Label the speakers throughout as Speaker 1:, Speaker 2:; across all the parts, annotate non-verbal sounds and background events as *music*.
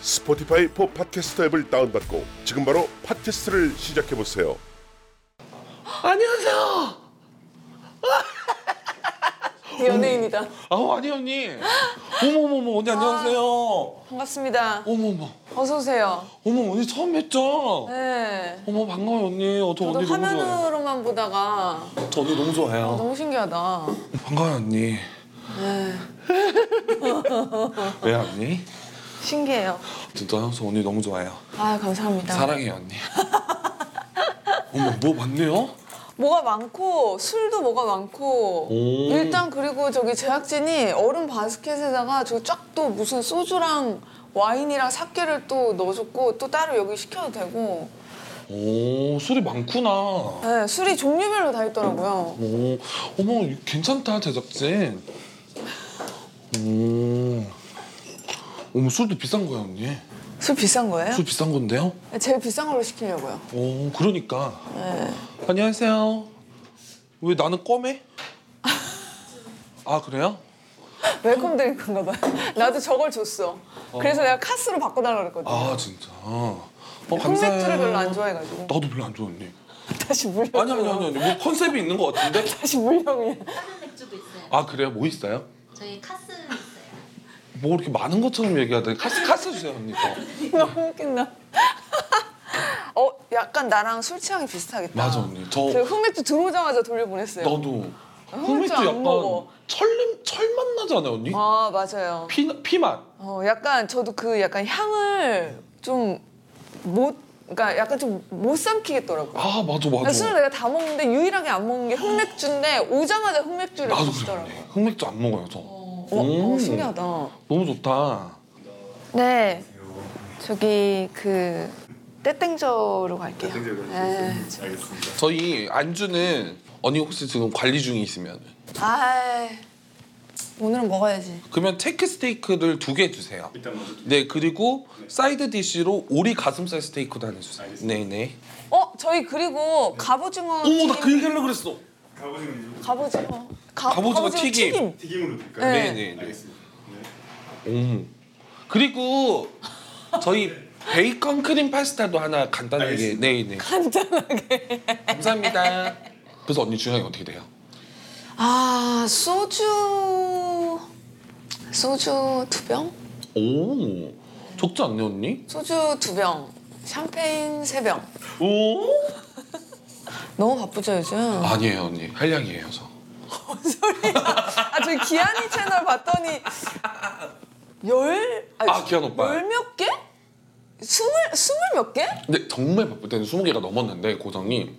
Speaker 1: 스포티파이 포 팟캐스터 앱을 다운받고 지금 바로 팟캐스트를 시작해보세요.
Speaker 2: 안녕하세요.
Speaker 3: 연예인이다.
Speaker 2: 아우 아니 언니. 어머머머 언니 안녕하세요.
Speaker 3: 반갑습니다.
Speaker 2: 어머머.
Speaker 3: 어서 오세요.
Speaker 2: 어머 언니 처음 뵙죠?
Speaker 3: 네.
Speaker 2: 어머 반가워요 언니. 어, 저
Speaker 3: 저도
Speaker 2: 언니 너무 좋아해요.
Speaker 3: 화면으로만 보다가 어,
Speaker 2: 저 언니 너무 좋아해요.
Speaker 3: 너무 신기하다. 네.
Speaker 2: 반가워요 언니. *laughs* 왜 언니?
Speaker 3: 신기해요.
Speaker 2: 진짜요? 저 언니 너무 좋아해요.
Speaker 3: 아 감사합니다.
Speaker 2: 사랑해요 언니. 어머 뭐 많네요?
Speaker 3: 뭐가 많고 술도 뭐가 많고
Speaker 2: 오.
Speaker 3: 일단 그리고 저기 제작진이 얼음 바스켓에다가 저 쫙 또 무슨 소주랑 와인이랑 사케를 또 넣어줬고 또 따로 여기 시켜도 되고
Speaker 2: 오 술이 많구나. 오
Speaker 3: 네, 술이 종류별로 다 있더라고요.
Speaker 2: 어머 괜찮다 제작진. 오 어머 술도 비싼 거야 언니.
Speaker 3: 술 비싼 거예요?
Speaker 2: 술 비싼 건데요?
Speaker 3: 제일 비싼 걸로 시키려고요.
Speaker 2: 오, 그러니까.
Speaker 3: 네.
Speaker 2: 안녕하세요. 왜 나는 껌해? 아, 그래요?
Speaker 3: 웰컴 드링크인가 봐요. *laughs* 나도 저걸 줬어. 그래서 내가 카스로 바꿔달라 그랬거든. 요
Speaker 2: 아, 진짜. 어, 감사해요.
Speaker 3: 흑맥주를 별로 안 좋아해가지고 *laughs*
Speaker 2: 나도 별로 안 좋아하니.
Speaker 3: 다시 물려.
Speaker 2: 아니, 아니, 아니, 아니. 뭐 컨셉이 있는 것 같은데?
Speaker 3: 다시 물려 그냥.
Speaker 4: 다른 맥주도 있어요.
Speaker 2: 아, 그래요? 뭐 있어요?
Speaker 4: 저희
Speaker 5: *laughs*
Speaker 4: 카스는 있어요.
Speaker 2: 뭐 이렇게 많은 것처럼 얘기하더니 카스, 카스 주세요, 언니. 거.
Speaker 3: 너무 *laughs* 웃긴다. 어, 약간 나랑 술 취향이 비슷하겠다.
Speaker 2: 맞아, 언니. 저,
Speaker 3: 저 흑맥주 들어오자마자 그 돌려보냈어요.
Speaker 2: 나도.
Speaker 3: 흑맥주
Speaker 2: 흑맥주
Speaker 3: 안
Speaker 2: 약간
Speaker 3: 먹어.
Speaker 2: 철림, 철맛 나잖아요, 언니?
Speaker 3: 아, 맞아요.
Speaker 2: 피, 피맛.
Speaker 3: 어, 약간 저도 그 약간 향을 좀 못 그러니까 약간 좀 못 삼키겠더라고요.
Speaker 2: 아, 맞아, 맞아.
Speaker 3: 그러니까 술을 내가 다 먹는데 유일하게 안 먹는 게 흑맥주인데 오자마자 흑맥주를
Speaker 2: 나도 그래요,
Speaker 3: 주시더라고요.
Speaker 2: 언니. 흑맥주 안 먹어요, 저.
Speaker 3: 와, 어,
Speaker 2: 음.
Speaker 3: 신기하다.
Speaker 2: 너무 좋다.
Speaker 3: 네. 저기 그 떼땡저로 갈게요. 네.
Speaker 2: 저희 안주는 언니 혹시 지금 관리 중에 있으면
Speaker 3: 아, 오늘은 먹어야지.
Speaker 2: 그러면 체크 스테이크를 두 개 주세요. 네 그리고 사이드 디쉬로 오리 가슴살 스테이크도 하나 주세요. 네네.
Speaker 3: 어, 저희 그리고 갑오징어
Speaker 2: 어머
Speaker 3: 튀김.
Speaker 2: 나그 얘기하려 그랬어.
Speaker 3: 갑오징어. 가,
Speaker 2: 갑오징어 뭐 튀김.
Speaker 3: 네.
Speaker 2: 네네네. 오. 그리고 저희 베이컨 크림 파스타도 하나 간단하게. 네네. 간단하게. 감사합니다. 그래서 언니 주량이 어떻게 돼요?
Speaker 3: 아, 소주 소주 두 병?
Speaker 2: 오 적지 않네 언니.
Speaker 3: 소주 두 병. 샴페인 세 병.
Speaker 2: 오
Speaker 3: 너무 바쁘죠, 요즘?
Speaker 2: 아니에요 언니 한량이에요 저.
Speaker 3: 아, 저희 기한이 채널 봤더니 열? 아니,
Speaker 2: 아, 기한 오빠.
Speaker 3: 열몇 개? 스물 스물 몇 개?
Speaker 2: 근데 정말 바쁠 때는 20개가 넘었는데 고정이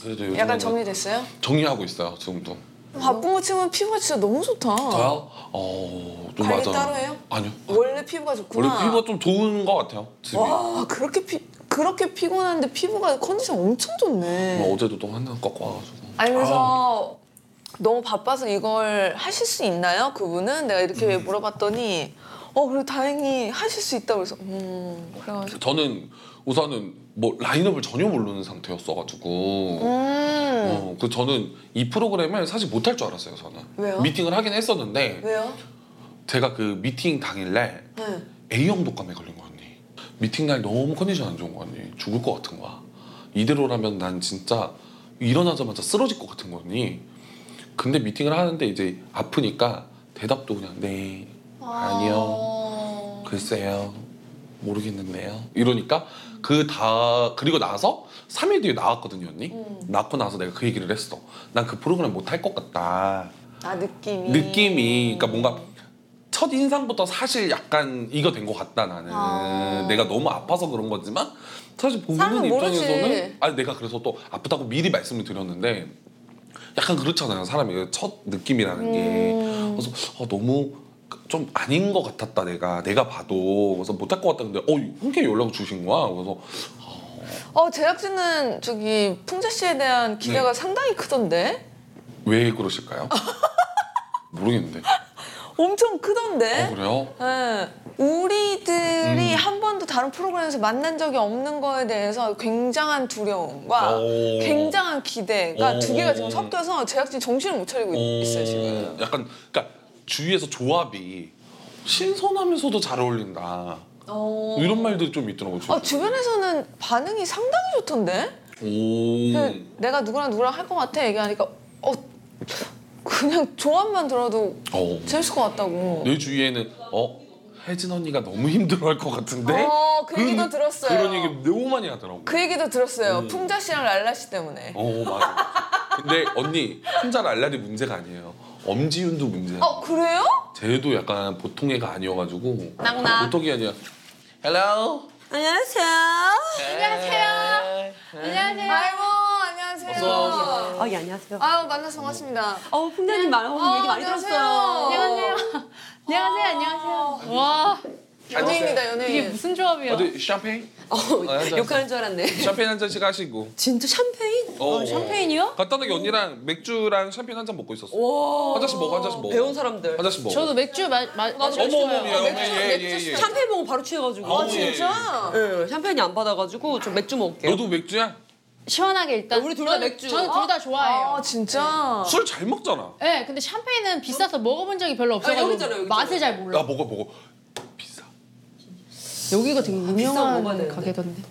Speaker 2: 그래도 요즘
Speaker 3: 약간 정리됐어요?
Speaker 2: 정리하고 있어요 지금도
Speaker 3: 바쁜 거 치면 피부가 진짜 너무 좋다.
Speaker 2: 저요? 어... 좀
Speaker 3: 관리
Speaker 2: 맞아요
Speaker 3: 따로 해요?
Speaker 2: 아니요
Speaker 3: 원래 피부가
Speaker 2: 원래
Speaker 3: 좋구나.
Speaker 2: 피부가 좀 좋은 것 같아요 집이
Speaker 3: 와 그렇게 피 그렇게 피곤한데 피부가 컨디션 엄청
Speaker 2: 뭐
Speaker 3: 좋네.
Speaker 2: 어제도 또 한잔 꺾고 와가지고
Speaker 3: 아니 그래서 너무 바빠서 이걸 하실 수 있나요? 그분은 내가
Speaker 2: 음.
Speaker 3: 이렇게 물어봤더니 어 그래 다행히 하실 수 있다고 그래서 음 그래가지고
Speaker 2: 저는 우선은 뭐 라인업을 전혀 모르는 상태였어가지고
Speaker 3: 음
Speaker 2: 어, 그 저는 이 프로그램을 사실 못할 줄 알았어요 저는
Speaker 3: 왜요?
Speaker 2: 미팅을 하긴 했었는데
Speaker 3: 왜요?
Speaker 2: 제가 그 미팅 당일날
Speaker 3: 네.
Speaker 2: A형 독감에 걸린 거 언니. 미팅 날 너무 컨디션 안 좋은 거 언니. 죽을 것 같은 거야. 이대로라면 난 진짜 일어나자마자 쓰러질 것 같은 거 언니. 근데 미팅을 하는데 이제 아프니까 대답도 그냥 네, 아니요, 글쎄요, 모르겠는데요. 이러니까 그 다 그리고 나서 3일 뒤에 나왔거든요 언니. 낳고 나서 내가 그 얘기를 했어. 난 그 프로그램 못 할 것 같다.
Speaker 3: 아 느낌이
Speaker 2: 느낌이 그러니까 뭔가 첫 인상부터 사실 약간 이거 된 것 같다 나는
Speaker 3: 아.
Speaker 2: 내가 너무 아파서 그런 거지만 사실 보는
Speaker 3: 사람은 모르지.
Speaker 2: 입장에서는 아니 내가 그래서 또 아프다고 미리 말씀을 드렸는데 약간 그렇잖아요 사람이 첫 느낌이라는
Speaker 3: 음.
Speaker 2: 게 그래서 어, 너무 좀 아닌 것 같았다 내가 내가 봐도 그래서 못할 것 같다 근데 어 흔쾌히 연락 주신 거야 그래서 어,
Speaker 3: 어 제작진은 저기 풍자 씨에 대한 기대가
Speaker 2: 네.
Speaker 3: 상당히 크던데
Speaker 2: 왜
Speaker 3: *laughs*
Speaker 2: 그러실까요? 모르겠는데.
Speaker 3: 엄청 크던데.
Speaker 2: 어, 그래요? 음.
Speaker 3: 예, 우리들이 한 번도 다른 프로그램에서 만난 적이 없는 거에 대해서 굉장한 두려움과
Speaker 2: 오.
Speaker 3: 굉장한 기대가
Speaker 2: 오.
Speaker 3: 두 개가 지금 섞여서 제작진 정신을 못 차리고 있어요 지금.
Speaker 2: 어, 약간 그러니까 주위에서 조합이 신선하면서도 잘 어울린다.
Speaker 3: 어.
Speaker 2: 뭐 이런 말들이 좀 있더라고요.
Speaker 3: 아, 주변에서는 반응이 상당히 좋던데.
Speaker 2: 오.
Speaker 3: 그냥 내가 누구랑 누구랑 할 것 같아 얘기하니까 어 그냥 조합만 들어도
Speaker 2: 어.
Speaker 3: 재밌을 것 같다고.
Speaker 2: 내 주위에는 어 혜진 언니가 너무 힘들어할 것 같은데.
Speaker 3: 어, 그 얘기도 들었어요.
Speaker 2: 그런 얘기 너무 많이 하더라고.
Speaker 3: 그 얘기도 들었어요.
Speaker 2: 음.
Speaker 3: 풍자 씨랑 랄라 씨 때문에.
Speaker 2: 어 맞아. 근데 언니 혼자 랄랄이 문제가 아니에요. 엄지윤도 문제야.
Speaker 3: 어 그래요?
Speaker 2: 쟤도 약간 보통 애가 아니어가지고.
Speaker 3: 낙낙.
Speaker 2: 보통이 아니야.
Speaker 3: 어.
Speaker 2: Hello. 안녕하세요.
Speaker 6: 네. 안녕하세요.
Speaker 3: 아이고 안녕하세요.
Speaker 2: 네. 어서
Speaker 5: 아, 예, 안녕하세요.
Speaker 3: 아유 만나서 반갑습니다.
Speaker 5: 어, 풍자님 말, 어, 얘기 많이
Speaker 3: 안녕하세요.
Speaker 5: 들었어요.
Speaker 6: 안녕하세요. 안녕하세요. 안녕하세요. 와
Speaker 3: 연예인이다 연예인.
Speaker 6: 이게 무슨 조합이야?
Speaker 2: 어디 샴페인? 아, 한 잔.
Speaker 5: 욕하는 줄 알았네.
Speaker 2: 샴페인 한 잔씩
Speaker 5: *laughs*
Speaker 2: 하시고.
Speaker 5: 진짜 샴페인?
Speaker 2: 어, 어.
Speaker 5: 샴페인이요?
Speaker 2: 간단하게 언니랑 맥주랑 샴페인 한 잔 먹고 있었어.
Speaker 5: 와.
Speaker 2: 한 잔씩 먹어, 한 잔씩 먹어. 아,
Speaker 5: 배운 사람들.
Speaker 2: 한 잔씩 먹어.
Speaker 6: 저도 맥주 마, 마,
Speaker 2: 어머
Speaker 6: 마시고
Speaker 2: 어머
Speaker 6: 싶어요.
Speaker 2: 어머 예예 예. 예.
Speaker 5: 샴페인 먹으면 바로 취해가지고.
Speaker 2: 아, 진짜?
Speaker 5: 예, 샴페인이 안 받아가지고 저 맥주 먹을게요.
Speaker 2: 너도 맥주야?
Speaker 6: 시원하게 일단.
Speaker 5: 우리 둘다
Speaker 6: 저는-
Speaker 5: 맥주.
Speaker 6: 저는 둘 다 좋아해요.
Speaker 3: 아
Speaker 6: 어.
Speaker 3: 진짜.
Speaker 2: 술 잘 먹잖아.
Speaker 6: 네, 근데 샴페인은 비싸서 먹어본 적이 별로
Speaker 5: 여기
Speaker 6: 없어가지고
Speaker 5: 있잖아요, 여기
Speaker 6: 맛을 잘
Speaker 2: 나
Speaker 6: 몰라.
Speaker 2: 먹어 먹어. 비싸.
Speaker 6: 아, 여기가 되게
Speaker 5: 아, 비싼 거 먹어야
Speaker 6: 유명한
Speaker 5: 되는데.
Speaker 6: 가게던데.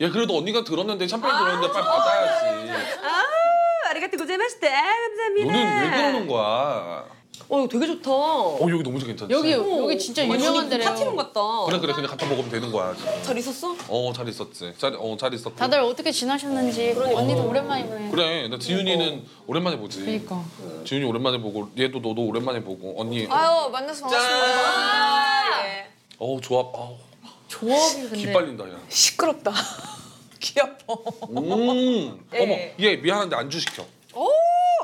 Speaker 2: 야 그래도 언니가 들었는데
Speaker 6: 아,
Speaker 2: 샴페인 들었는데 빨리 받아야지.
Speaker 5: 아리가토 고제마시테 감사합니다.
Speaker 2: 너는
Speaker 6: 네.
Speaker 2: 왜 그러는 거야?
Speaker 5: 어, 이거 되게 좋다. 어,
Speaker 2: 어 여기 너무 괜찮지?
Speaker 6: 여기 여기 진짜 유명한 데래요.
Speaker 5: 파티룸 같다.
Speaker 2: 그래 그래 그냥 갖다 먹으면 되는 거야.
Speaker 5: 잘 있었어?
Speaker 2: 어잘 있었지. 잘어잘 있었고.
Speaker 6: 다들 어떻게 지나셨는지
Speaker 5: 그러니까.
Speaker 6: 언니도 오랜만에 보네.
Speaker 2: 그래 나 지윤이는 오랜만에 보지.
Speaker 6: 어. 그러니까.
Speaker 2: 지윤이 오랜만에 보고 얘도 너도 오랜만에 보고 언니.
Speaker 6: 네.
Speaker 3: 아유 만나서 반갑습니다.
Speaker 2: 어우 조합 아우
Speaker 6: 조합이 근데.
Speaker 2: 기빨린다 야.
Speaker 3: 시끄럽다. *laughs* 귀 아파.
Speaker 2: 음. 어머, 얘 미안한데 안주 시켜.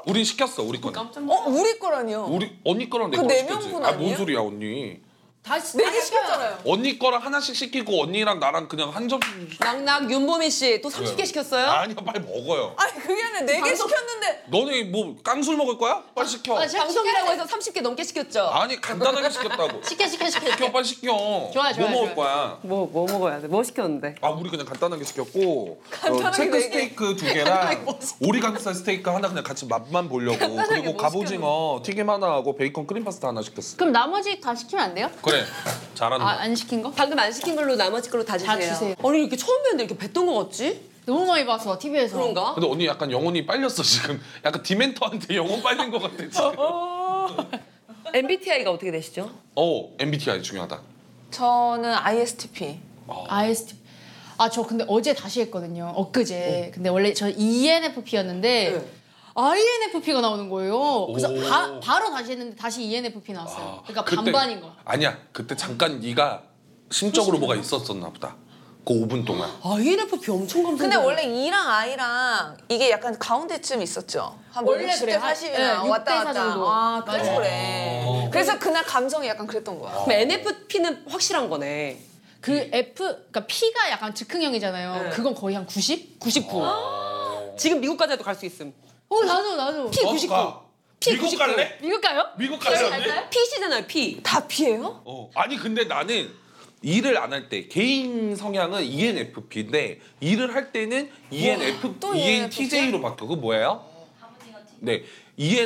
Speaker 2: 우린 시켰어, 우리 거는.
Speaker 3: 어 우리 거라니요.
Speaker 2: 우리 언니 거랑 내
Speaker 3: 그
Speaker 2: 거
Speaker 3: 네
Speaker 2: 시켰지.
Speaker 3: 명분
Speaker 2: 아, 뭔
Speaker 3: 아니에요?
Speaker 2: 소리야, 언니.
Speaker 5: 다시
Speaker 3: 네개 시켰잖아요.
Speaker 2: 언니 거랑 하나씩 시키고 언니랑 나랑 그냥 한 접시.
Speaker 5: 낙낙 윤보미 씨 또 30개
Speaker 2: 네.
Speaker 5: 시켰어요?
Speaker 2: 아니야, 빨리 먹어요.
Speaker 3: 아니 그게 아니라 네 개 시켰는데
Speaker 2: 너네 뭐 깡술 먹을 거야? 빨리 시켜.
Speaker 6: 아, 제가
Speaker 5: 방송이라고 해서 30개 넘게 시켰죠?
Speaker 2: 아니, 간단하게 시켰다고.
Speaker 6: 시켜 시켜 시켜.
Speaker 2: 시켜, 빨리 시켜.
Speaker 6: 좋아, 좋아,
Speaker 2: 뭐 먹을
Speaker 6: 좋아.
Speaker 2: 거야?
Speaker 5: 뭐 뭐 먹어야 돼? 뭐 시켰는데?
Speaker 2: 아, 우리 그냥 간단하게 시켰고 어,
Speaker 3: 간단하게
Speaker 2: 체크
Speaker 3: 네 개.
Speaker 2: 스테이크
Speaker 6: *laughs*
Speaker 2: 두 개랑
Speaker 6: 뭐
Speaker 2: 오리가미살 스테이크 하나 그냥 같이 맛만 보려고 그리고 갑오징어 튀김 하나 하고 베이컨 크림 파스타 하나 시켰어.
Speaker 6: 그럼 나머지 다 시키면 안 돼요?
Speaker 2: 그래, 잘한다.
Speaker 6: 아, 안 시킨 거?
Speaker 5: 방금 안 시킨 걸로 나머지 걸로 다 주세요.
Speaker 6: 주세요.
Speaker 5: 아니 이렇게 처음 뵀는데 이렇게 뵀던 거 같지?
Speaker 6: 너무 많이 봐서 TV에서.
Speaker 5: 그런가?
Speaker 2: 근데 언니 약간 영혼이 빨렸어 지금. 약간 디멘터한테 영혼 빨린 것 같아 지금.
Speaker 6: *laughs*
Speaker 5: MBTI가 어떻게 되시죠?
Speaker 2: 어 MBTI 중요하다.
Speaker 3: 저는 ISTP.
Speaker 6: ISTP. 아, 저 근데 어제 다시 했거든요.
Speaker 2: 어.
Speaker 6: 엊그제. 근데 원래 저 E ENFP였는데 INFP가 나오는 거예요. 그래서
Speaker 2: 네. 오. 아,
Speaker 6: 바, 바로 다시 했는데 다시 E ENFP 나왔어요. 그러니까
Speaker 2: 그때-
Speaker 6: 반반인 거.
Speaker 2: 아니야 그때 잠깐 네가 심적으로 뭐가 있었었나 보다. 그 5분 동안.
Speaker 6: 어?
Speaker 5: INFP 엄청 감성.
Speaker 3: 근데 원래 E랑 I랑 이게 약간 가운데쯤 있었죠. 한뭐
Speaker 6: 원래
Speaker 3: 60대
Speaker 6: 그래요. 한-
Speaker 3: 80이나
Speaker 6: 네,
Speaker 3: 왔다
Speaker 6: 6대4
Speaker 3: 갔다.
Speaker 6: 정도.
Speaker 3: 아, 그래서
Speaker 6: 맞아요. 어.
Speaker 3: 그래. 그래서 그날 감성이 약간 그랬던 거야.
Speaker 5: 그럼 NFP는 확실한 거네.
Speaker 6: 그 F, 그러니까 P가 약간 즉흥형이잖아요.
Speaker 5: 네.
Speaker 6: 그건 거의 한 90? 99.
Speaker 5: 지금 미국까지 해도 갈 수 있음.
Speaker 6: 어, 나도, 어? 나도.
Speaker 5: P 99.
Speaker 2: 미국 갈래?
Speaker 6: 이거 가요?
Speaker 2: 미국 갈래 언니?
Speaker 5: PC잖아요, P. 다 P예요?
Speaker 2: 어. 아니 근데 나는 일을 안 할 때 개인 성향은 E ENFP인데 일을 할 때는 E ENFP,
Speaker 3: 또
Speaker 2: ENTJ로 바뀌어. 그거 뭐예요? 네.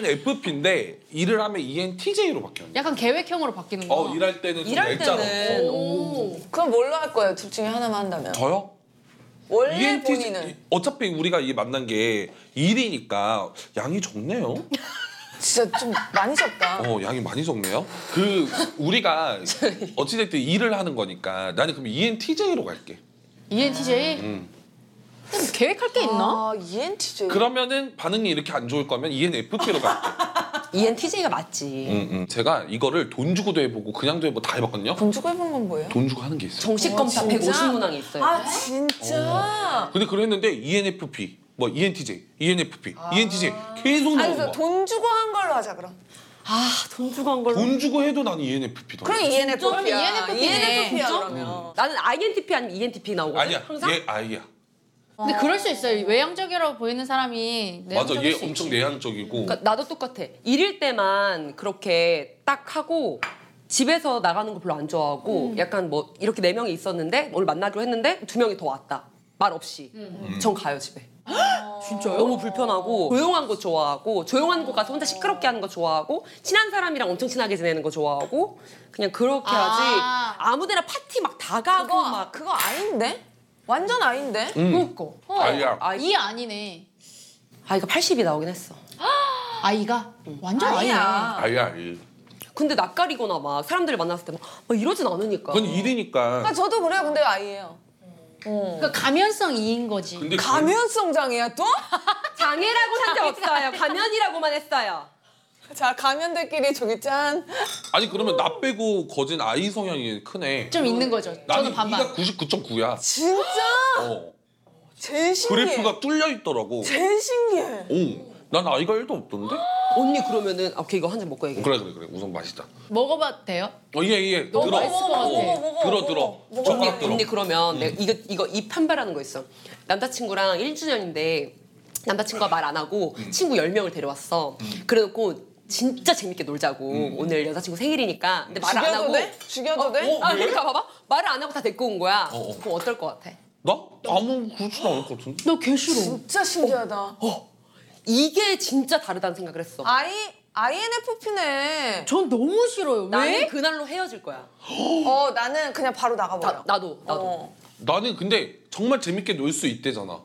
Speaker 2: ENFP인데 일을 하면 E ENTJ로 바뀌어.
Speaker 6: 약간 계획형으로 바뀌는 거.
Speaker 2: 어 일할 때는 좀
Speaker 5: 일할
Speaker 2: 날짜로. 어.
Speaker 5: 때는
Speaker 6: 오.
Speaker 3: 그럼 뭘로 할 거예요? 둘 중에 하나만 한다면.
Speaker 2: 저요? E
Speaker 3: 원래
Speaker 2: ENTJ
Speaker 3: 본인은
Speaker 2: 어차피 우리가 이 만난 게 일이니까 양이 적네요.
Speaker 3: 진짜 좀 많이 적다.
Speaker 2: 어 양이 많이 적네요. 그 우리가 어찌됐든 일을 하는 거니까 나는 그럼 E ENTJ로 갈게.
Speaker 6: E ENTJ?
Speaker 2: 음,
Speaker 6: 그럼 계획할 게 있나?
Speaker 3: 아, ENTJ.
Speaker 2: 그러면은 반응이 이렇게 안 좋을 거면 ENFP로 갈게.
Speaker 5: ENTJ가 맞지.
Speaker 2: *laughs* 음, 음. 제가 이거를 돈 주고도 해보고 그냥도 해보고 다 해봤거든요.
Speaker 3: 돈 주고 해본 건 뭐예요?
Speaker 2: 돈 주고 하는 게 있어요.
Speaker 5: 정식 검사 150 문항이 있어요.
Speaker 3: 아, 진짜?
Speaker 2: 근데 그랬는데 ENFP, 뭐 ENTJ, ENFP, ENTJ 계속
Speaker 3: 아니, 그래서
Speaker 2: 나오고
Speaker 3: 돈 주고 한 걸로 하자, 그럼.
Speaker 5: 돈 주고 한 걸로.
Speaker 2: 돈 주고 해도 난 E ENFP다.
Speaker 3: 그럼 E
Speaker 6: 그럼 E
Speaker 3: ENFP야.
Speaker 6: ENFP 네.
Speaker 3: ENFP야,
Speaker 5: 진짜?
Speaker 3: 그러면.
Speaker 5: E 나는 INTP 아니면 ENTP 나오거든.
Speaker 2: 아니야,
Speaker 5: 항상.
Speaker 2: 얘 아이야.
Speaker 6: 근데 그럴 수 있어요. 외향적이라고 보이는 사람이
Speaker 2: 맞아
Speaker 6: 내향적일
Speaker 2: 얘
Speaker 6: 수
Speaker 2: 엄청
Speaker 6: 있지.
Speaker 2: 내향적이고
Speaker 5: 그러니까 나도 똑같아. 일일 때만 그렇게 딱 하고 집에서 나가는 거 별로 안
Speaker 3: 음.
Speaker 5: 좋아하고 약간 뭐 이렇게 네 명이 있었는데 오늘 만나기로 했는데 두 명이 더 왔다. 말 없이.
Speaker 3: 음.
Speaker 2: 음.
Speaker 5: 전 가요 집에.
Speaker 3: 아.
Speaker 5: 진짜요? 너무 불편하고 조용한 거 좋아하고 조용한 곳 가서 혼자 시끄럽게 하는 거 좋아하고 친한 사람이랑 엄청 친하게 지내는 거 좋아하고 그냥 그렇게
Speaker 6: 아.
Speaker 5: 하지 아무데나 파티 막 다 가고
Speaker 3: 그거
Speaker 5: 막 음.
Speaker 3: 그거 어, 아닌데? 완전 아닌데?
Speaker 2: 음.
Speaker 6: 그러니까. 어.
Speaker 2: 아이야.
Speaker 6: 이 아니네.
Speaker 5: 아이가 80이 나오긴 했어.
Speaker 6: 아이가 완전 아이네.
Speaker 3: 아니야.
Speaker 2: 아야 일.
Speaker 5: 근데 낯가리거나 막 사람들을 만났을 때 막 이러진 않으니까.
Speaker 2: 그건 일이니까.
Speaker 3: 아, 저도 그래요. 근데 아이예요.
Speaker 6: 그러니까 가면성 이인 거지.
Speaker 2: 근데 그-
Speaker 3: 가면성 장애야 또? *laughs*
Speaker 5: 장애라고 한 게 없어요. 가면이라고만 했어요.
Speaker 3: 자 가면들끼리 저기 짠.
Speaker 2: 아니 그러면 나 빼고 거진 아이 성향이 크네.
Speaker 6: 좀 있는 거죠.
Speaker 2: 나는
Speaker 6: 저는 반반.
Speaker 2: 이가 99.9야.
Speaker 3: 진짜
Speaker 2: 어.
Speaker 3: 제일 신기해.
Speaker 2: 그래프가 뚫려 있더라고.
Speaker 3: 제일 신기해.
Speaker 5: 어,
Speaker 2: 오, 난 아이가 1도 없던데?
Speaker 5: 언니 그러면은 아, 오케이 이거 한 잔 먹고 얘기해.
Speaker 2: 그래 그래 그래. 우선 마시자.
Speaker 6: 먹어봐도 돼요?
Speaker 2: 어, 예, 예.
Speaker 6: 너무
Speaker 2: 들어.
Speaker 6: 맛있을 것
Speaker 2: 어,
Speaker 6: 같아.
Speaker 3: 먹어,
Speaker 2: 들어,
Speaker 3: 먹어,
Speaker 2: 들어.
Speaker 3: 먹어.
Speaker 2: 젓가락 들어.
Speaker 5: 언니 그러면
Speaker 3: 음.
Speaker 5: 내가 이거 이거 이 판별하는 거 있어. 남자친구랑 1주년인데 남자친구가 말 안 하고
Speaker 3: 음.
Speaker 5: 친구 10명을 데려왔어. 그래놓고 진짜 재밌게 놀자고 오늘 여자친구 생일이니까 근데 말
Speaker 3: 음.
Speaker 5: 안
Speaker 3: 죽여도
Speaker 5: 하고
Speaker 3: 돼? 죽여도 돼?
Speaker 2: 어?
Speaker 5: 아
Speaker 2: 왜?
Speaker 5: 그러니까 봐봐 말을 안 하고 다 데리고 온 거야
Speaker 2: 어, 어.
Speaker 5: 그럼 어떨 것 같아?
Speaker 2: 나? 아무 그렇진 않을 것 같은데?
Speaker 6: 너개 싫어.
Speaker 3: 진짜 신기하다.
Speaker 5: 어. 이게 진짜 다르다는 생각을 했어
Speaker 3: I INFP네.
Speaker 6: 전 너무 싫어요.
Speaker 5: 나는
Speaker 6: 왜?
Speaker 5: 그날로 헤어질 거야
Speaker 3: 어 나는 그냥 바로 나가버려.
Speaker 5: 나, 나도 나도
Speaker 3: 어.
Speaker 2: 나는 근데 정말 재밌게 놀 수 있대잖아.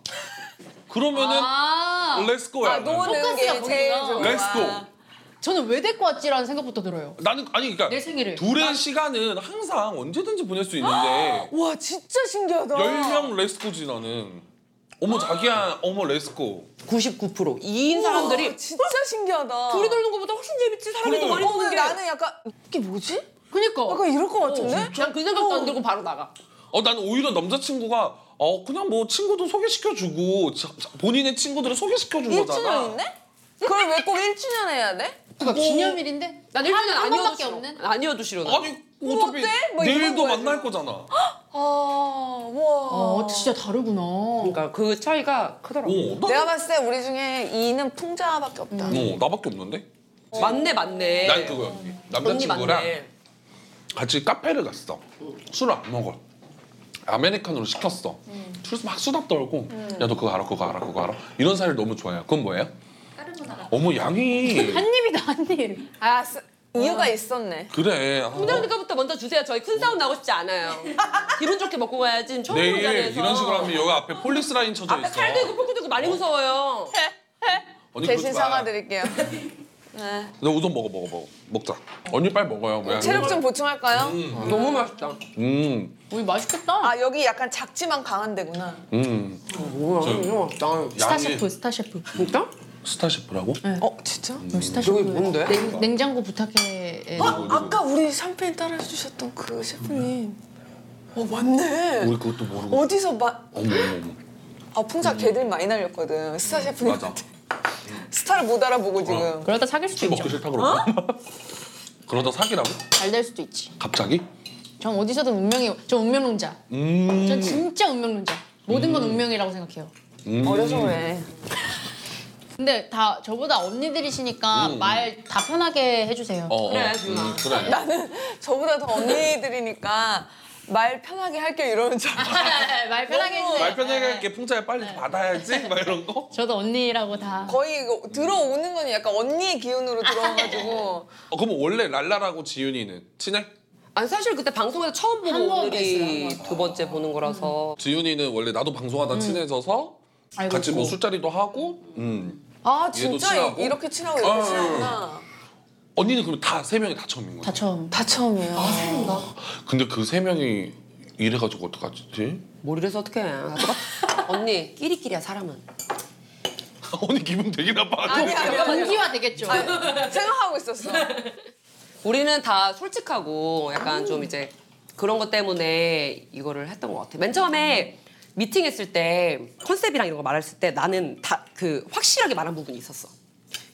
Speaker 2: 그러면은
Speaker 6: 아,
Speaker 2: 렛츠고야.
Speaker 3: 아 노는
Speaker 6: 포커스가
Speaker 3: 게 제일
Speaker 6: 보이구나.
Speaker 3: 좋아.
Speaker 2: 렛츠고.
Speaker 6: 저는 왜 데리고 왔지라는 생각부터 들어요.
Speaker 2: 나는 아니 그러니까
Speaker 6: 내 생일을.
Speaker 2: 둘의 시간은 항상 언제든지 보낼 수 있는데
Speaker 3: 와 진짜 신기하다.
Speaker 6: 아.
Speaker 2: 10명 렛츠고지 나는. 어머 자기야. 어머 렛츠고.
Speaker 5: 99% 이인 사람들이
Speaker 3: 사람들이 진짜 신기하다.
Speaker 5: 둘이 놀는 것보다 훨씬 재밌지 사람이
Speaker 2: 그러니까.
Speaker 5: 더 많이
Speaker 3: 어,
Speaker 5: 노는
Speaker 3: 근데
Speaker 5: 게
Speaker 3: 나는 약간 이게 뭐지?
Speaker 6: 그니까. 어,
Speaker 3: 약간 이럴 것 같은데? 어.
Speaker 5: 그냥 그 생각도 안 들고 바로 나가
Speaker 2: 어, 난 오히려 남자친구가 어 그냥 뭐 친구도 소개시켜주고 자- 자- 본인의 친구들을 소개시켜준 그 거잖아.
Speaker 3: 1주년인데? 그걸 왜 꼭 1주년 해야 돼?
Speaker 6: 그거 기념일인데?
Speaker 5: 난 1주년
Speaker 6: 한
Speaker 5: 아니어도
Speaker 6: 번밖에
Speaker 5: 싫어
Speaker 6: 없는?
Speaker 5: 아니어도 싫어 난.
Speaker 2: 아니 어차피
Speaker 3: 어때? 뭐 이런
Speaker 2: 내일도
Speaker 3: 거야,
Speaker 2: 만날 거잖아.
Speaker 5: 어,
Speaker 3: 아, 와.
Speaker 6: 어, 진짜 다르구나.
Speaker 5: 그러니까 그 차이가 크더라고
Speaker 2: 오, 나,
Speaker 3: 내가 봤을 때 우리 중에 2는 풍자밖에 없다.
Speaker 2: 어, 나밖에 없는데?
Speaker 5: 맞네 맞네
Speaker 2: 난 그거야. 언니.
Speaker 5: 언니
Speaker 2: 남자친구랑 어.
Speaker 5: 맞네
Speaker 2: 같이 카페를 갔어. 술을 안 먹어. 아메리카노를 시켰어.
Speaker 5: 음.
Speaker 2: 그래서 막 수다 떨고 야 너 그거 알아 그거 알아 그거 알아 이런 사이를 너무 좋아해요. 그건 뭐예요?
Speaker 4: 까르보나라.
Speaker 2: 어머 양이
Speaker 6: 한 입이다, 한 입.
Speaker 3: 아, 쓰- 이유가 있었네.
Speaker 2: 그래. 아,
Speaker 5: 부장님께부터 먼저 주세요 저희 큰 싸움 나고 싶지 않아요 기분 좋게 먹고 가야지 처음 본
Speaker 2: 내일
Speaker 5: 자리에서
Speaker 2: 이런 식으로 하면 여기 앞에 폴리스 라인 쳐져 있어.
Speaker 5: 앞에 칼도 있고 포크도 있고 많이 무서워요
Speaker 2: 언니
Speaker 3: 대신
Speaker 2: 그러지 음. 마.
Speaker 3: 사과드릴게요.
Speaker 2: 너 우선 먹어 먹어 먹어 먹자. 언니 빨리 먹어요. 뭐야.
Speaker 3: 체력 좀 보충할까요?
Speaker 5: 너무 맛있다
Speaker 2: 음,
Speaker 6: 우리 맛있겠다.
Speaker 3: 아, 여기 약간 작지만 강한 데구나.
Speaker 2: 음.
Speaker 5: 뭐야 너무 맛있다
Speaker 6: 스타
Speaker 2: 양이
Speaker 6: 셰프, 스타 셰프.
Speaker 2: 뭐,
Speaker 5: 진짜?
Speaker 2: 스타 셰프라고?
Speaker 5: 네.
Speaker 3: 어, 진짜?
Speaker 2: 음.
Speaker 6: 어, 스타 셰프.
Speaker 5: 뭔데?
Speaker 6: 냉, 냉장고 부탁해. 예.
Speaker 3: 아, 아까 우리 샴페인 따라주셨던 그 셰프님. 어, 맞네.
Speaker 2: 음. 우리 그것도 모르고.
Speaker 3: 어디서 마...
Speaker 2: 어머 어머 어머. 음.
Speaker 3: 아, 풍자 개들 많이 날렸거든. 스타
Speaker 2: 맞아.
Speaker 3: 셰프님한테. 스타를 못 알아보고 지금.
Speaker 6: 그러다 사귈 수도
Speaker 2: 술
Speaker 6: 있죠.
Speaker 2: 먹기 싫다 그러고.
Speaker 5: 어?
Speaker 2: *laughs* 그러다 사기라고?
Speaker 6: 잘 될 수도 있지.
Speaker 2: 갑자기?
Speaker 6: 전 어디서든 운명이, 전 운명론자.
Speaker 2: 음.
Speaker 6: 전 진짜 운명론자. 모든 건 운명이라고 생각해요.
Speaker 2: 음.
Speaker 3: 어려서 그래.
Speaker 6: 근데 다 저보다 언니들이시니까 말 다 편하게 해주세요.
Speaker 2: 음. 어, 어.
Speaker 5: 그래, 지훈아.
Speaker 2: 음, 그래.
Speaker 3: 저보다 더 언니들이니까 말 편하게 할게 이러는 줄 알았어.
Speaker 6: *laughs* 말 편하게
Speaker 5: 네.
Speaker 6: 해주세요.
Speaker 2: 말 편하게 할게 풍자에 빨리 받아야지 막 이런
Speaker 5: 음.
Speaker 2: 거.
Speaker 6: 저도 언니라고 다.
Speaker 3: *laughs* 거의 이거 들어오는 건 약간 언니의 기운으로 들어와가지고
Speaker 2: 어, 그럼 원래 랄라라고 지윤이는 친해?
Speaker 5: 아니 사실 그때 방송에서 처음 보고
Speaker 6: 한번
Speaker 5: 오늘이 두 번째 보는 거라서
Speaker 2: 지윤이는 원래 나도
Speaker 5: 음.
Speaker 2: 방송하다 친해져서
Speaker 6: 알고
Speaker 2: 같이
Speaker 6: 있고.
Speaker 2: 뭐
Speaker 5: 어.
Speaker 2: 술자리도 하고. 음.
Speaker 3: 아
Speaker 2: 얘도
Speaker 3: 진짜
Speaker 2: 친하고?
Speaker 3: 이- 이렇게 친하고 이렇게
Speaker 2: 아,
Speaker 3: 친하구나
Speaker 2: 언니는 그럼 다 세 명이 다 처음인 거야?
Speaker 6: 다 처음.
Speaker 3: 다 처음이에요
Speaker 2: 근데 그 세 명이 이래가지고 어떡하지? *laughs*
Speaker 5: 뭘 이래서 어떻게 해 언니 끼리끼리야 사람은
Speaker 2: 언니 기분 되게 나빠.
Speaker 6: 동기화 되겠죠.
Speaker 3: 생각하고 있었어
Speaker 5: 우리는 다 솔직하고 약간 좀 이제 그런 것 때문에 이거를 했던 것 같아. 맨 처음에 미팅했을 때 컨셉이랑 이런 거 말했을 때 나는 다 그 확실하게 말한 부분이 있었어.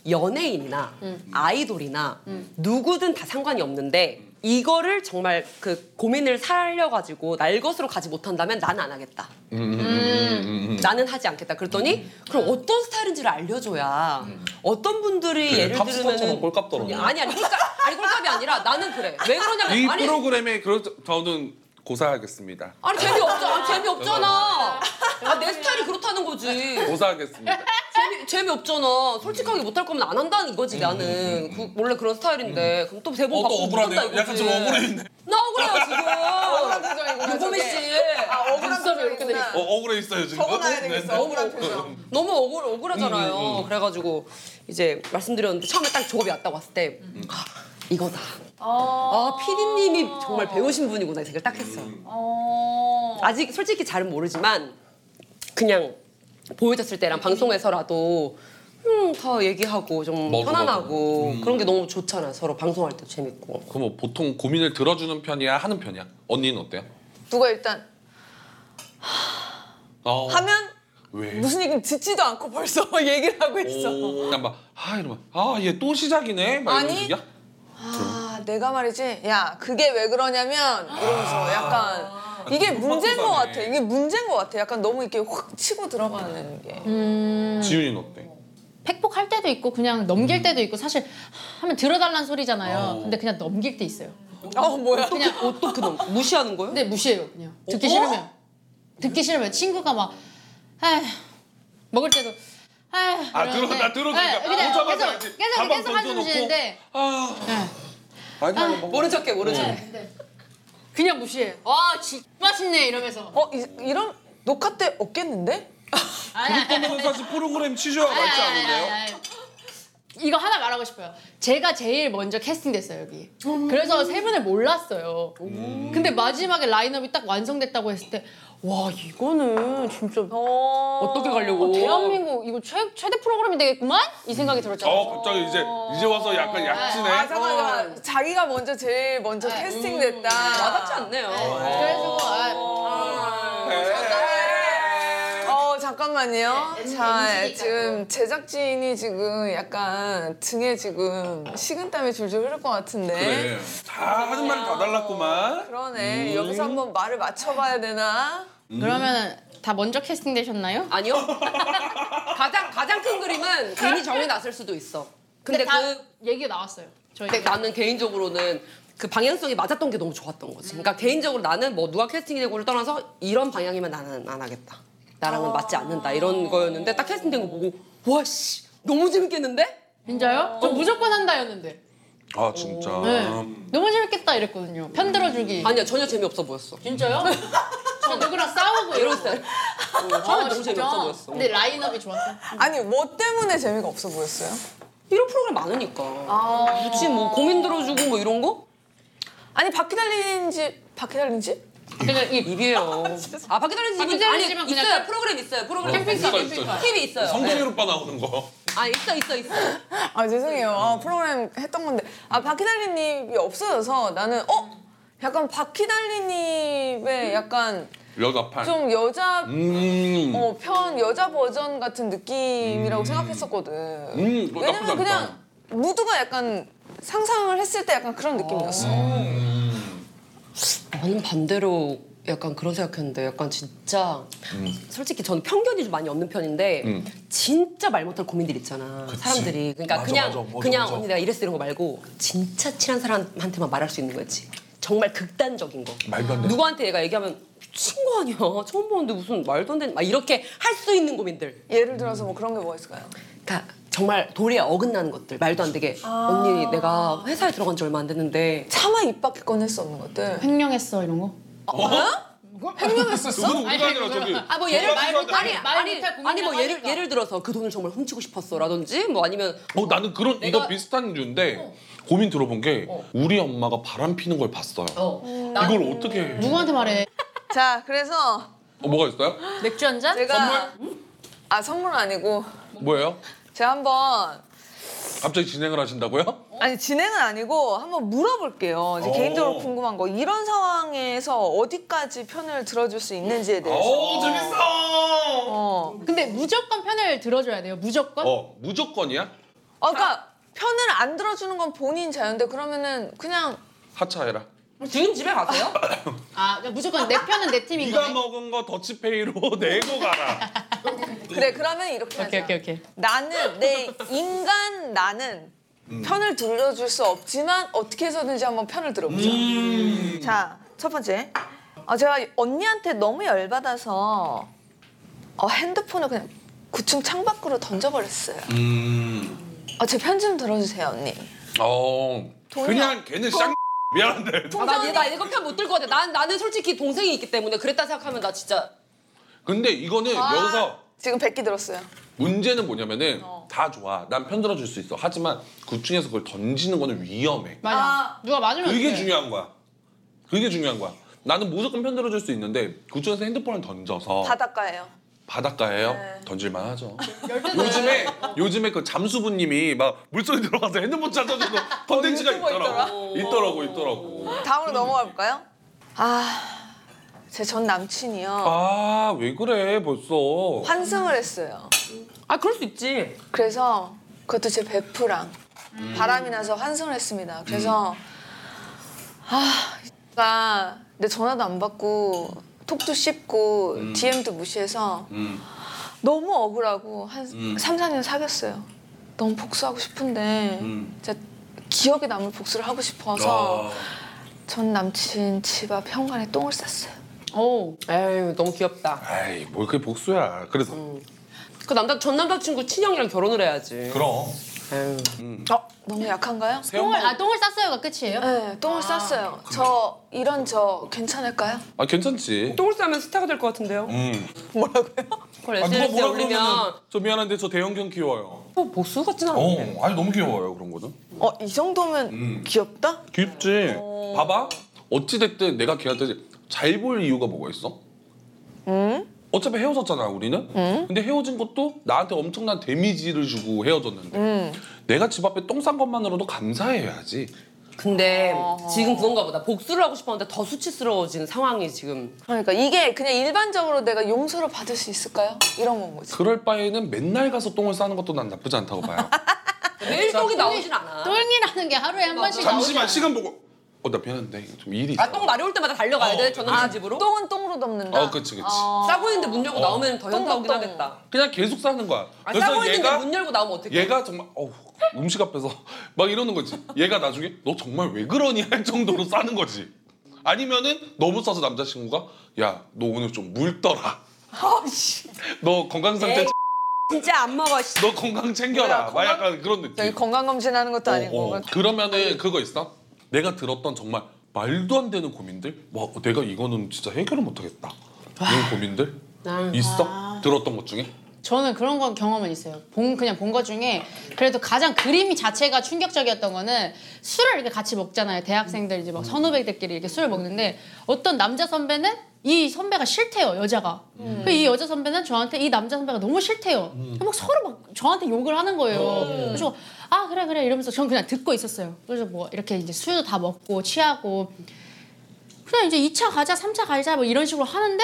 Speaker 5: 연예인이나 아이돌이나 누구든 다 상관이 없는데 이거를 정말 그 고민을 살려가지고 날 것으로 가지 못한다면 난 안 하겠다.
Speaker 2: 음, 음, 음, 음, 음.
Speaker 5: 나는 하지 않겠다. 그랬더니 그럼 어떤 스타일인지를 알려줘야 어떤 분들이
Speaker 2: 음. 그래,
Speaker 5: 예를
Speaker 2: 탑스타처럼
Speaker 5: 들면은
Speaker 2: 꼴값 떨어네.
Speaker 5: 아니 아니 꼴값 아니 꼴값이 아니라 나는 그래 왜 그러냐면
Speaker 2: 이
Speaker 5: 아니
Speaker 2: 프로그램에 그럴 저는 고사하겠습니다.
Speaker 5: 아니 재미 없잖아 재미 없잖아 아 내 스타일이 그렇다는 거지
Speaker 2: 고사하겠습니다.
Speaker 5: 재미, 재미없잖아. 솔직하게 못할 거면 안 한다는 이거지, 나는. 그, 원래 그런 스타일인데. 그럼 또 대본
Speaker 2: 어, 또
Speaker 5: 받고
Speaker 2: 억울하네.
Speaker 5: 죽겠다, 이거지.
Speaker 2: 약간 좀 억울해있네.
Speaker 5: 나 억울해요, 지금. 유보미 씨.
Speaker 3: 아 억울한
Speaker 6: 눈썹이 이렇게 돼
Speaker 3: 표정이구나.
Speaker 2: 어, 억울해 있어요 지금.
Speaker 3: 적어놔야
Speaker 2: 네,
Speaker 3: 되겠어. 음,
Speaker 2: 네.
Speaker 3: 억울한 표정.
Speaker 5: 너무 억울, 억울하잖아요. 그래가지고 이제 말씀드렸는데 처음에 딱 조업이 왔다고 왔을 때
Speaker 3: 음.
Speaker 5: 아, 이거다. 아, 피디님이 정말 배우신 분이구나 이 생각을 딱 했어요.
Speaker 3: 음.
Speaker 5: 아직 솔직히 잘은 모르지만 그냥 보여줬을 때랑
Speaker 6: 음.
Speaker 5: 방송에서라도 음, 다 얘기하고 좀
Speaker 2: 맞아, 맞아.
Speaker 5: 편안하고
Speaker 3: 음.
Speaker 5: 그런 게 너무 좋잖아. 서로 방송할 때도 재밌고.
Speaker 2: 그럼 뭐 보통 고민을 들어주는 편이야 하는 편이야? 언니는 어때요?
Speaker 3: 누가 일단
Speaker 2: 어,
Speaker 3: 하면
Speaker 2: 왜?
Speaker 3: 무슨 얘기는 듣지도 않고 벌써 *laughs* 얘기를 하고 있어.
Speaker 2: 오, 그냥 막아 이러면 아 얘 또 시작이네 막 이런
Speaker 3: 아니.
Speaker 2: 식이야?
Speaker 3: 아 내가 말이지. 야 그게 왜 그러냐면
Speaker 2: 아.
Speaker 3: 이러면서 약간 이게 문제인 것
Speaker 2: 빡빡하네.
Speaker 3: 같아. 이게 문제인 것 같아. 약간 너무 이렇게 확 치고 들어가는 게.
Speaker 2: 지윤이는 어때?
Speaker 6: 팩폭할 때도 있고 그냥
Speaker 2: 음.
Speaker 6: 넘길 때도 있고 사실 하면 들어달라는 소리잖아요. 근데 그냥 넘길 때 있어요. 네.
Speaker 3: 어 뭐야?
Speaker 5: 그냥 어떻게 넘 무시하는 거예요?
Speaker 6: 근데 무시해요 그냥.
Speaker 2: 어?
Speaker 6: 듣기 싫으면. 듣기 싫으면 친구가 막 에휴 먹을 때도 에휴
Speaker 2: 아 들어
Speaker 6: 이러는데
Speaker 2: 나 들어주니까
Speaker 6: 네, 그냥
Speaker 2: 오자마자
Speaker 6: 계속
Speaker 2: 알지.
Speaker 6: 계속 계속,
Speaker 2: 가방
Speaker 6: 계속 한숨
Speaker 2: 던져놓고,
Speaker 6: 쉬는데 네.
Speaker 2: 아
Speaker 7: 아니, 나는 뭐-
Speaker 5: 모른 척해,
Speaker 3: 네.
Speaker 5: 모른 척해.
Speaker 6: 그냥 무시해요. 와 지, 맛있네 이러면서.
Speaker 3: 어 이, 이런 녹화 때 없겠는데?
Speaker 6: 아니, 아니, 아니,
Speaker 2: 그건 사실 프로그램 취소하고 맞지
Speaker 6: 아니, 아니,
Speaker 2: 않은데요?
Speaker 6: 아니, 아니. 이거 하나 말하고 싶어요. 제가 제일 먼저 캐스팅됐어요 여기. 그래서 세 분을 몰랐어요. 근데 마지막에 라인업이 딱 완성됐다고 했을 때. 와 아, 이거는 진짜
Speaker 3: 어.
Speaker 5: 어떻게 가려고?
Speaker 6: 어, 대한민국 이거 최, 최대 프로그램이 되겠구만 이 생각이 들었잖아요.
Speaker 2: 어 갑자기 이제 이제 와서 약간 약진해
Speaker 3: 아 잠깐만 잠 자기가 먼저 제일 먼저 캐스팅됐다.
Speaker 5: 와닿지 않네요.
Speaker 6: 그래가지고 아,
Speaker 3: 어 잠깐만요. 자 지금 제작진이 지금 약간 등에 지금 식은땀이 줄줄 흐를 것 같은데.
Speaker 2: 그래 다 하는 말이 다 달랐구만
Speaker 3: 러네 여기서 한번 말을 맞춰봐야 되나?
Speaker 6: 음. 그러면 다 먼저 캐스팅 되셨나요?
Speaker 5: 아니요. *laughs* 가장 가장 큰 그림은 이미 정해놨을 수도 있어. 근데,
Speaker 6: 다
Speaker 5: 그
Speaker 6: 얘기가 네, 나왔어요. 저희
Speaker 5: 근데 나는 개인적으로는 그 방향성이 맞았던 게 너무 좋았던
Speaker 6: 음.
Speaker 5: 거지. 그러니까 개인적으로 나는 뭐 누가 캐스팅되고를 떠나서 이런 방향이면 나는 안 하겠다.
Speaker 6: 아.
Speaker 5: 나랑은 맞지 않는다 이런 거였는데 딱 캐스팅된 거 보고 와씨 너무 재밌겠는데?
Speaker 6: 진짜요? 저 무조건 한다였는데.
Speaker 2: 아 진짜
Speaker 6: 네. 너무 재밌겠다 이랬거든요. 편 들어주기.
Speaker 5: 아니야 전혀 재미없어 보였어.
Speaker 6: 진짜요? *laughs* 저 누구랑 싸우고
Speaker 5: 이런
Speaker 6: 이러고.
Speaker 5: 스타일. 어,
Speaker 6: 아,
Speaker 5: 처음에 너무
Speaker 6: 진짜? 네.
Speaker 5: 재미없어 보였어.
Speaker 6: 근데 라인업이 좋았어요.
Speaker 3: 아니 뭐 때문에 재미가 없어 보였어요?
Speaker 5: 이런 프로그램 많으니까
Speaker 6: 아.
Speaker 5: 굳이 뭐 고민 들어주고 뭐 이런 거?
Speaker 3: 아니 바퀴 달린 집 바퀴 달린 집?
Speaker 6: 그러니까 이
Speaker 5: 입이에요. *laughs* 아 밖에 다른 집은
Speaker 6: 밖에
Speaker 5: 아니
Speaker 6: 다른 집은
Speaker 5: 있어요.
Speaker 6: 그냥 캠-
Speaker 5: 프로그램 있어요. 프로그램
Speaker 6: 캠핑카
Speaker 2: 있어요,
Speaker 6: 캠핑카.
Speaker 2: 있어요.
Speaker 5: TV 있어요. 네.
Speaker 2: 성동일 오빠 나오는 거
Speaker 5: 아 있어 있어 있어.
Speaker 3: 아 죄송해요. 아, 프로그램 했던 건데 아 바퀴달리님이 없어져서 나는 어 약간 바퀴달리님의 약간
Speaker 2: 여자판
Speaker 3: 좀 여자
Speaker 2: 음
Speaker 3: 어, 편 여자 버전 같은 느낌이라고 생각했었거든.
Speaker 2: 음, 그거 나쁘지
Speaker 3: 왜냐면
Speaker 2: 않다.
Speaker 3: 그냥 무드가 약간 상상을 했을 때 약간 그런 느낌이었어.
Speaker 5: 저는 반대로 약간 그런 생각했는데 약간 진짜 솔직히 저는 편견이 좀 많이 없는 편인데
Speaker 2: 음.
Speaker 5: 진짜 말 못할 고민들 있잖아 사람들이 그러니까
Speaker 2: 맞아,
Speaker 5: 그냥
Speaker 2: 맞아, 맞아,
Speaker 5: 그냥
Speaker 2: 맞아.
Speaker 5: 언니 내가 이랬어 이런 거 말고 진짜 친한 사람한테만 말할 수 있는 거지 정말 극단적인 거
Speaker 2: 말도 안 돼.
Speaker 5: 누구한테 얘가 얘기하면 미친 거 아니야 처음 보는데 무슨 말도 안 되는 막 이렇게 할 수 있는 고민들
Speaker 3: 예를 들어서 뭐 그런 게 뭐가 있을까요?
Speaker 5: 그러니까 정말 도리에 어긋나는 것들 말도 안 되게
Speaker 6: 아.
Speaker 5: 언니 내가 회사에 들어간 지 얼마 안 됐는데
Speaker 3: 차마 입 밖에 꺼낼 수 없는 것들.
Speaker 6: 횡령했어 이런 거.
Speaker 2: 그건 우리가 아니라 저기
Speaker 5: 아 뭐 예를 말 못할 아니
Speaker 6: 말
Speaker 5: 아니
Speaker 6: 못할 고민이라고
Speaker 5: 아니 뭐 예를
Speaker 6: 하니까.
Speaker 5: 예를 들어서 그 돈을 정말 훔치고 싶었어라든지 뭐 아니면
Speaker 2: 어 나는 그런 이거
Speaker 5: 내가-
Speaker 2: 비슷한 유인데 고민 어. 들어본 게 우리 엄마가 바람 피는 걸 봤어요.
Speaker 6: 음.
Speaker 2: 이걸 어떻게 해?
Speaker 6: 누구한테 말해?
Speaker 3: 자, 그래서
Speaker 2: 어, 뭐가 있어요?
Speaker 6: 맥주 한 잔?
Speaker 3: 제가 아 선물은 아니고
Speaker 2: 뭐예요?
Speaker 3: 제가 한번
Speaker 2: 갑자기 진행을 하신다고요?
Speaker 3: 아니 진행은 아니고 한번 물어볼게요. 이제
Speaker 2: 어.
Speaker 3: 개인적으로 궁금한 거 이런 상황에서 어디까지 편을 들어줄 수 있는지에 대해서.
Speaker 2: 오 재밌어.
Speaker 3: 어.
Speaker 6: 근데 무조건 편을 들어줘야 돼요. 무조건.
Speaker 2: 어 무조건이야?
Speaker 3: 어, 아, 그러니까 편을 안 들어주는 건 본인 자유인데 그러면은 그냥
Speaker 2: 하차해라.
Speaker 5: 네. 지금 집에 가세요?
Speaker 6: 아 그러니까 무조건 내 편은 내 팀인
Speaker 2: *laughs* 네가
Speaker 6: 거네.
Speaker 2: 먹은 거 더치페이로 *laughs* 내고 가라.
Speaker 3: 그래 그러면 이렇게 하자.
Speaker 6: 오케이 오케이
Speaker 2: 아.
Speaker 6: 오케이.
Speaker 3: 나는 내 인간 나는 편을 들려줄 수 없지만 어떻게 해서든지 한번 편을 들어보자. 자, 첫 번째. 아, 제가 언니한테 너무 열받아서 어, 핸드폰을 그냥 9층 창밖으로 던져버렸어요.
Speaker 2: 음.
Speaker 3: 어, 제 편 좀 들어주세요, 언니.
Speaker 2: 어. 그냥 걔는 쌍 *laughs* 미안한데.
Speaker 5: 아, 나, 얘- 나 이거 편 못 들고 같아. 난, 나는 솔직히 동생이 있기 때문에 그랬다 생각하면 나 진짜
Speaker 2: 근데 이거는 여기서
Speaker 3: 지금 100기 들었어요.
Speaker 2: 문제는 뭐냐면은 다 좋아. 난 편들어줄 수 있어. 하지만 그 중에서 그걸 던지는 거는 위험해.
Speaker 6: 맞아. 누가 맞으면
Speaker 2: 그게
Speaker 6: 어떡해.
Speaker 2: 중요한 거야. 그게 중요한 거야. 나는 무조건 편들어줄 수 있는데 그 중에서 핸드폰을
Speaker 5: 어.
Speaker 2: 던져서
Speaker 3: 바닷가예요.
Speaker 2: 바닷가에요? 던질만 하죠. 요즘에 요즘에 그 잠수부님이 막 물속에 들어가서 핸드폰 찾아주는 컨텐츠가
Speaker 3: 유튜버
Speaker 2: 있더라고. 있더라고 있더라고.
Speaker 3: 다음으로 넘어가 볼까요? 아, 제 전
Speaker 5: 어.
Speaker 3: 남친이요.
Speaker 2: 아 왜 그래 벌써?
Speaker 3: 환승을 했어요.
Speaker 5: 아 그럴 수 있지. 음.
Speaker 3: 그래서 그것도 제 베프랑 바람이 나서 환승을 했습니다. 그래서
Speaker 5: 음.
Speaker 3: 아, 그내 전화도 안 받고 톡도 씹고
Speaker 5: 음.
Speaker 3: DM도 무시해서
Speaker 2: 음.
Speaker 3: 너무 억울하고 한
Speaker 2: 음.
Speaker 3: 3, 4년 사귀었어요. 너무 복수하고 싶은데
Speaker 2: 음.
Speaker 3: 진짜 기억에 남을 복수를 하고 싶어서
Speaker 2: 아,
Speaker 3: 전 남친 집 앞 현관에 똥을 쌌어요.
Speaker 5: 오. 에휴 너무 귀엽다.
Speaker 2: 에이 뭘 그게 복수야. 그래서
Speaker 5: 그 남자 전 남자친구 친형이랑 결혼을 해야지.
Speaker 2: 그럼
Speaker 5: 에휴.
Speaker 2: 아.
Speaker 3: 어, 너무 약한가요?
Speaker 6: 똥을
Speaker 2: 새엄마.
Speaker 6: 아 똥을 쌌어요가 끝이에요?
Speaker 3: 네, 똥을 쌌어요. 저 이런 저 괜찮을까요?
Speaker 2: 아 괜찮지.
Speaker 5: 똥을 싸면 스타가 될 것 같은데요?
Speaker 2: 음.
Speaker 5: 그걸
Speaker 2: 아 누가
Speaker 5: SNS에
Speaker 2: 뭐라
Speaker 5: 올리면
Speaker 2: 그러면 저 미안한데 저 대형견 귀여워요.
Speaker 5: 또 복수 같진 않은데.
Speaker 2: 어, 아니 너무 귀여워요 그런 거는.
Speaker 3: 어, 이 정도면
Speaker 2: 음.
Speaker 3: 귀엽다?
Speaker 2: 귀엽지.
Speaker 5: 어.
Speaker 2: 봐봐. 어찌 됐든 내가 걔한테 잘 볼 이유가 뭐가 있어? 어차피 헤어졌잖아 우리는. 근데 헤어진 것도 나한테 엄청난 데미지를 주고 헤어졌는데 내가 집 앞에 똥 싼 것만으로도 감사해야지.
Speaker 5: 근데 지금 그건가 보다. 복수를 하고 싶었는데 더 수치스러워지는 상황이 지금.
Speaker 3: 그러니까 이게 그냥 일반적으로 내가 용서를 받을 수 있을까요? 이런 건 거지.
Speaker 2: 그럴 바에는 맨날 가서 똥을 싸는 것도 난 나쁘지 않다고
Speaker 5: *laughs*
Speaker 2: 봐요.
Speaker 5: 매일 똥이 나오진 않아.
Speaker 6: 똥이라는 게 하루에 한 번씩 나오지.
Speaker 1: 잠시만 시간 보고
Speaker 2: 어 나 미안한데 좀 일이 있어.
Speaker 5: 아 똥 마려울 때마다 달려가야 돼. 전남 집으로. 어.
Speaker 3: 똥은 똥으로 덮는다.
Speaker 2: 어 그치 그치.
Speaker 5: 아, 싸고 있는데 문 열고 나오면 더 현타 오긴
Speaker 3: 똥.
Speaker 5: 하겠다.
Speaker 2: 그냥 계속 싸는 거야.
Speaker 5: 아, 싸고 있는데 문 열고 나오면 어떡해?
Speaker 2: 얘가 정말 어우, 음식 앞에서 *laughs* 막 이러는 거지. 얘가 나중에 너 정말 왜 그러니 할 정도로 싸는 거지. 아니면은 너무 싸서 남자친구가 야 너 오늘 좀 물 떠라. 너 건강 상태
Speaker 5: 에이, 진짜 안 먹어. 씨.
Speaker 2: 너 네. 건강 챙겨라. 막 약간 그런
Speaker 3: 여기
Speaker 2: 느낌.
Speaker 3: 건강검진하는 것도 아니고.
Speaker 2: 어, 어. 그러면은 그거 있어? 내가 들었던 정말 말도 안 되는 고민들. 와 내가 이거는 진짜 해결을 못하겠다. 이런 고민들 있어? 들었던 것 중에?
Speaker 6: 저는 그런 건 경험은 있어요. 본 그냥 본 것 중에 그래도 가장 그림이 자체가 충격적이었던 거는 술을 이렇게 같이 먹잖아요. 대학생들 이제 막 선후배들끼리 이렇게 술을 먹는데 어떤 남자 선배는 이 선배가 싫대요 여자가. 그이 여자 선배는 저한테 이 남자 선배가 너무 싫대요. 막 서로 막 저한테 욕을 하는 거예요. 그래서 아 그래 그래 이러면서 전 그냥 듣고 있었어요. 그래서 뭐 이렇게 이제 술도 다 먹고 취하고 그냥 이제 2차 가자 3차 가자 뭐 이런 식으로 하는데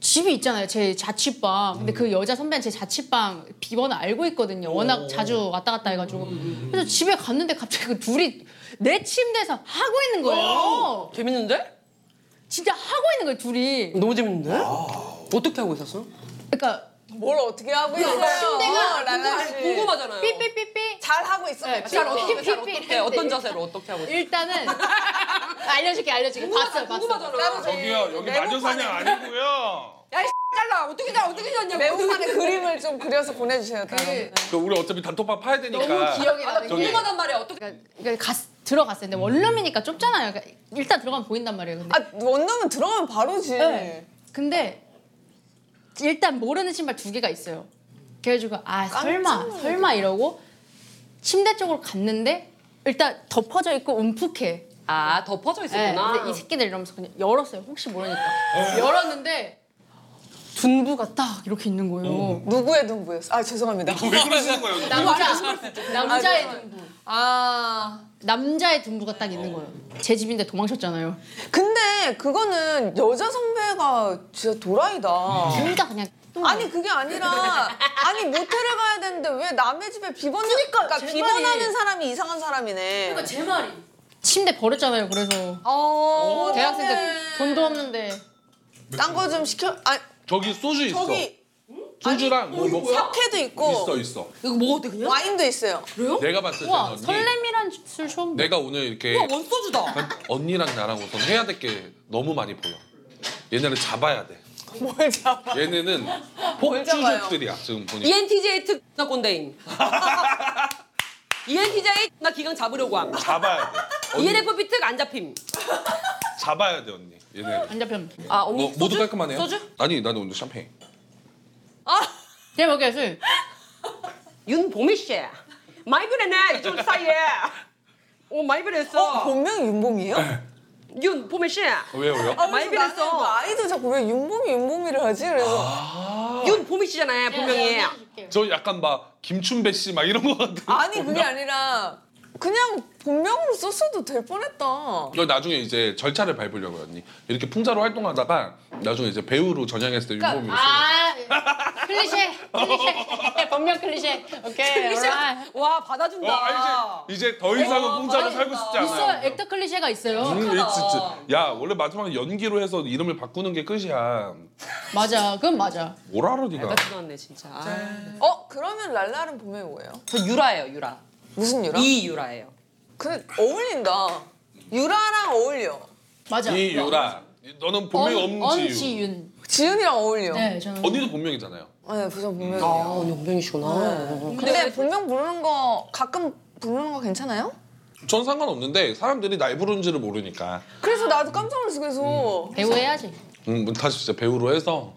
Speaker 6: 집이 있잖아요. 제 자취방. 근데
Speaker 5: 음.
Speaker 6: 그 여자 선배는 제 자취방 비번을 알고 있거든요. 워낙 자주 왔다 갔다 해가지고.
Speaker 5: 음,
Speaker 6: 그래서 집에 갔는데 갑자기 그 둘이 내 침대에서 하고 있는
Speaker 5: 어.
Speaker 6: 거예요.
Speaker 5: 재밌는데?
Speaker 6: 진짜 하고 있는 거예요, 둘이.
Speaker 5: 너무 재밌는데? 어떻게 하고 있었어?
Speaker 6: 그러니까
Speaker 3: 뭘 어떻게 하고 있어요?
Speaker 6: 침대가
Speaker 3: 라라 씨.
Speaker 5: 궁금하잖아요.
Speaker 6: 삐삐삐삐.
Speaker 3: 잘 하고 있어요.
Speaker 6: 네,
Speaker 5: 잘 어떻게 잘
Speaker 6: 삐삐삐
Speaker 5: 어떻게 어떤
Speaker 6: 했는데
Speaker 5: 자세로 어떻게 하고 있어? *laughs*
Speaker 6: 일단은 알려줄게, 알려줄게. 봤어요, 봤어요.
Speaker 5: 궁금하잖아.
Speaker 2: 저기요 여기 마녀사냥 아니고요.
Speaker 5: 잘라. 어떻게 잘 어떻게 잤냐고.
Speaker 3: 매운맛의 그림을 좀 그려서 보내주세요. 따로. 네.
Speaker 2: 그 우리 어차피 단톡방 파야 되니까.
Speaker 6: 너무 기억이
Speaker 5: 아, 나
Speaker 6: 나는 게.
Speaker 5: 궁금하단 말이야. 어떻게?
Speaker 6: 그러니까 갔- 들어갔어요.
Speaker 5: 음.
Speaker 6: 근데 원룸이니까 좁잖아요. 그러니까 일단 들어가면 보인단 말이에요. 근데.
Speaker 3: 아 원룸은 들어가면 바로지.
Speaker 6: 네. 근데 일단 모르는 신발 두 개가 있어요. 그래가지고 아 설마 설마 이러고 침대 쪽으로 갔는데 일단 덮어져 있고 움푹해.
Speaker 5: 아 덮어져
Speaker 6: 네,
Speaker 5: 있었구나.
Speaker 6: 근데 이 새끼들 이러면서 그냥 열었어요. 혹시 모르니까 열었는데 둔부가 딱 이렇게 있는 거예요.
Speaker 3: 누구의 눈부였어? 아 죄송합니다.
Speaker 2: 왜 그러시는 거예요?
Speaker 6: 남자 남자의 둔부
Speaker 3: *laughs* 아
Speaker 6: 남자의 둔부가 딱 있는 거예요. 제 집인데 도망쳤잖아요.
Speaker 3: 근데 그거는 여자 선배가 진짜 도라이다.
Speaker 6: 둘다 그냥
Speaker 3: 아니 그게 아니라 아니 모텔을 가야 되는데 왜 남의 집에 비번 그러니까
Speaker 6: 제
Speaker 3: 비번하는
Speaker 6: 말이.
Speaker 3: 사람이 이상한 사람이네.
Speaker 6: 그러니까 제 말이 침대 버렸잖아요. 그래서
Speaker 3: 어,
Speaker 6: 대학생 때 돈도 없는데
Speaker 3: 딴거 좀 시켜. 아
Speaker 2: 저기 소주 있어.
Speaker 3: 저기
Speaker 2: 소주랑 뭐, 뭐
Speaker 3: 사케도 있고
Speaker 2: 있어 있어.
Speaker 5: 이거 먹어도 돼, 그냥?
Speaker 3: 와인도 있어요.
Speaker 2: 내가 봤을 때
Speaker 6: 우와
Speaker 2: 언니
Speaker 6: 설렘이란 술 처음 봐.
Speaker 2: 내가 오늘 이렇게
Speaker 5: 우와, 아, 원소주다.
Speaker 2: *laughs* 언니랑 나랑 우선 해야 될 게 너무 많이 보여. 얘네를 잡아야 돼.
Speaker 3: 뭘 잡아?
Speaker 2: 얘네는
Speaker 3: 잡아요?
Speaker 2: 폭주족들이야 지금 보니까.
Speaker 5: ENTJ 특나 꼰대임. ENTJ 나 기강 잡으려고 함.
Speaker 2: 잡아야 돼. 언니
Speaker 5: ENFP 특 안 잡힘.
Speaker 2: 잡아야 돼 언니. 얘네.
Speaker 6: 안 잡혔.
Speaker 5: 아 언니
Speaker 2: 뭐
Speaker 5: 소주?
Speaker 2: 모두 깔끔하네요.
Speaker 5: 소주? 아,
Speaker 2: 아니 나는 오늘 샴페인.
Speaker 6: 내 먹여 술.
Speaker 5: 윤보미 씨. 마이브레네 이쪽 사이에. 오 마이브레했어.
Speaker 3: 본명 윤봉이에요?
Speaker 5: 윤보미 씨.
Speaker 2: 왜요 왜요?
Speaker 3: 그래서 나는
Speaker 5: 마이브레했어.
Speaker 3: 그 아이도 자꾸 왜 윤봉이 윤봉이를 하지? 그래서
Speaker 5: 윤보미 씨잖아요 분명히.
Speaker 2: 저 약간 막 김춘배 씨 막 이런 거 같은.
Speaker 3: 아니 그게 아니라 그냥 본명으로 썼어도 될 뻔했다.
Speaker 2: 그 나중에 이제 절차를 밟으려고 요 언니. 이렇게 풍자로 활동하다가 나중에 이제 배우로 전향했을 때
Speaker 3: 그러니까,
Speaker 2: 윤범이
Speaker 6: 아 클리셰 클리셰 *laughs* 본명 클리셰 오케이 클리셰
Speaker 5: 와 받아준다.
Speaker 2: 어, 이제 이제 더 이상은 풍자로 살고 싶지
Speaker 6: 있어요
Speaker 2: 않아요.
Speaker 6: 액터 클리셰가 있어요
Speaker 2: 음, 진짜. 야 원래 마지막에 연기로 해서 이름을 바꾸는 게 끝이야.
Speaker 6: 맞아 그건 맞아
Speaker 2: 뭐라러 니가.
Speaker 5: 알같지도 않네 진짜. 아.
Speaker 3: 어 그러면 랄랄은 본명이 뭐예요?
Speaker 5: 저 유라예요 유라.
Speaker 3: 무슨 유라?
Speaker 5: 이 유라예요.
Speaker 3: 근데 어울린다. 유라랑 어울려.
Speaker 6: 맞아
Speaker 2: 이 유라. 너는 본명 이 없는 지유.
Speaker 6: 언지윤
Speaker 3: 지은이랑 어울려. 네,
Speaker 6: 네 저는
Speaker 2: 언니도 본명이잖아요.
Speaker 3: 부정 본명이에요.
Speaker 5: 아 언니 운명이시구나.
Speaker 3: 근데 본명 부르는 거 가끔 부르는 거 괜찮아요?
Speaker 2: 전 상관없는데 사람들이 날 부른지를 모르니까.
Speaker 3: 그래서 나도 깜짝 놀랐어. 그래서
Speaker 6: 배우 해야지
Speaker 2: 음, 뭐 다시 진짜 배우로 해서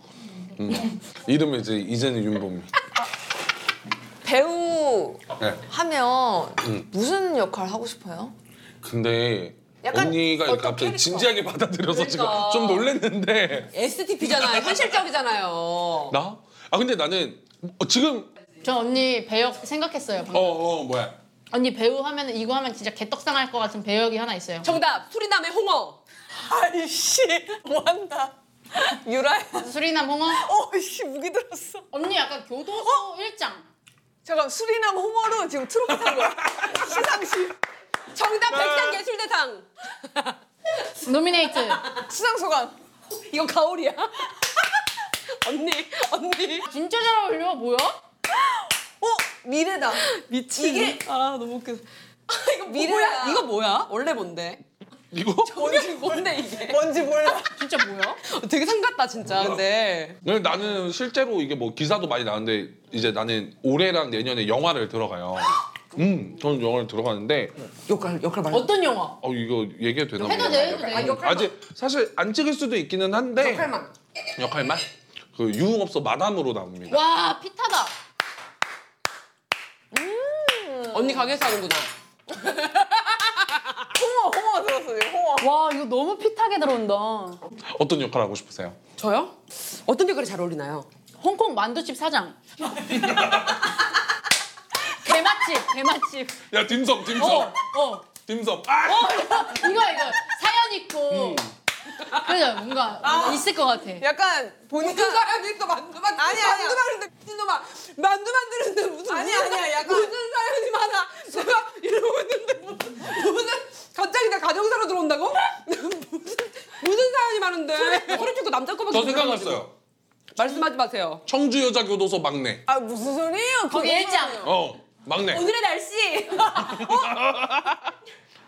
Speaker 2: 음. 이름을 이제 이제는 윤범이.
Speaker 3: 배우
Speaker 2: 네.
Speaker 3: 하면
Speaker 2: 음.
Speaker 3: 무슨 역할 하고 싶어요?
Speaker 2: 근데
Speaker 3: 약간
Speaker 2: 언니가
Speaker 3: 어떤
Speaker 2: 갑자기
Speaker 3: 캐릭터?
Speaker 2: 진지하게 받아들여서
Speaker 5: 그러니까.
Speaker 2: 지금 좀 놀랬는데
Speaker 5: STP잖아요. 현실적이잖아요.
Speaker 2: 나? 아 근데 나는 어, 지금
Speaker 6: 저 언니 배역 생각했어요 방금.
Speaker 2: 어어 뭐야
Speaker 6: 언니 배우 하면 이거 하면 진짜 개떡상할 것 같은 배역이 하나 있어요
Speaker 5: 정답 수리남의 홍어.
Speaker 3: 아이씨 뭐한다. 유라야.
Speaker 6: 수리남 홍어
Speaker 3: 어이씨 무기 들었어.
Speaker 6: 언니 약간 교도소 일장
Speaker 3: 잠깐 수리남 홍어로 지금 트로피 탄 거야. 시상식
Speaker 5: 정답 백상 예술대상.
Speaker 6: 노미네이트
Speaker 3: 수상 소감.
Speaker 5: 이거 가오리야. 언니 언니.
Speaker 6: 진짜 잘 어울려 뭐야?
Speaker 3: 어 미래다.
Speaker 5: 미친. 이게 아 너무 웃겨. 이거
Speaker 3: 미래야.
Speaker 5: 뭐야? 이거 뭐야? 원래 뭔데?
Speaker 2: 이거?
Speaker 5: 뭔지 뭔데 이게? 어,
Speaker 3: 뭔지 몰라.
Speaker 6: 진짜 뭐야?
Speaker 5: 되게 상같다 진짜. 근데
Speaker 2: 근데 네, 나는 실제로 이게 뭐 기사도 많이 나는데 이제 나는 올해랑 내년에 영화를
Speaker 5: *gasps*
Speaker 2: 들어가요 음 저는 영화를 들어가는데
Speaker 5: 역할 역할 말.
Speaker 6: 어떤 영화?
Speaker 2: 어 이거 얘기해도 되나
Speaker 6: 해도
Speaker 2: 모르겠네.
Speaker 6: 돼 해도 돼
Speaker 2: 아직 사실 안 찍을 수도 있기는 한데
Speaker 5: 역할만.
Speaker 2: 역할만? 그 유흥업소 마담으로 나옵니다
Speaker 6: 와 피타다
Speaker 5: 언니 가게에서 하는구나.
Speaker 3: 홍어 홍어 들었어 지금 홍어.
Speaker 6: 와 이거 너무 핏하게 들어온다
Speaker 2: 어떤 역할 하고 싶으세요?
Speaker 5: 저요? 어떤 역할이 잘 어울리나요?
Speaker 6: 홍콩 만두집 사장 *laughs* 대맛집 대맛집
Speaker 2: 야 딤섬 딤섬
Speaker 6: 어어
Speaker 2: 딤섬 아!
Speaker 6: 이거 이거 사연
Speaker 2: 음.
Speaker 6: 있고 그죠 뭔가, 뭔가 있을 것 같아
Speaker 3: 약간
Speaker 5: 어,
Speaker 3: 보니까
Speaker 5: 사람이 또 만두 만드 아니 아니 만두 만드는데 미친놈아 만두 만드는데 무슨
Speaker 3: 아니,
Speaker 5: 무슨-
Speaker 3: 아니야, 약간-
Speaker 5: 무슨 사연이 많아 내가 이러고 있는데 무슨 무슨 *laughs* 갑자기 나 가정사로 들어온다고 *laughs* 무슨 무슨 사연이 많은데 소리 듣고 남자 거밖에
Speaker 2: 저 생각났어요
Speaker 5: 말씀하지 마세요
Speaker 2: 청주여자교도소 막내
Speaker 3: 아 무슨 소리예요?
Speaker 6: 거기 일장
Speaker 2: 어 막내
Speaker 5: 오늘의 날씨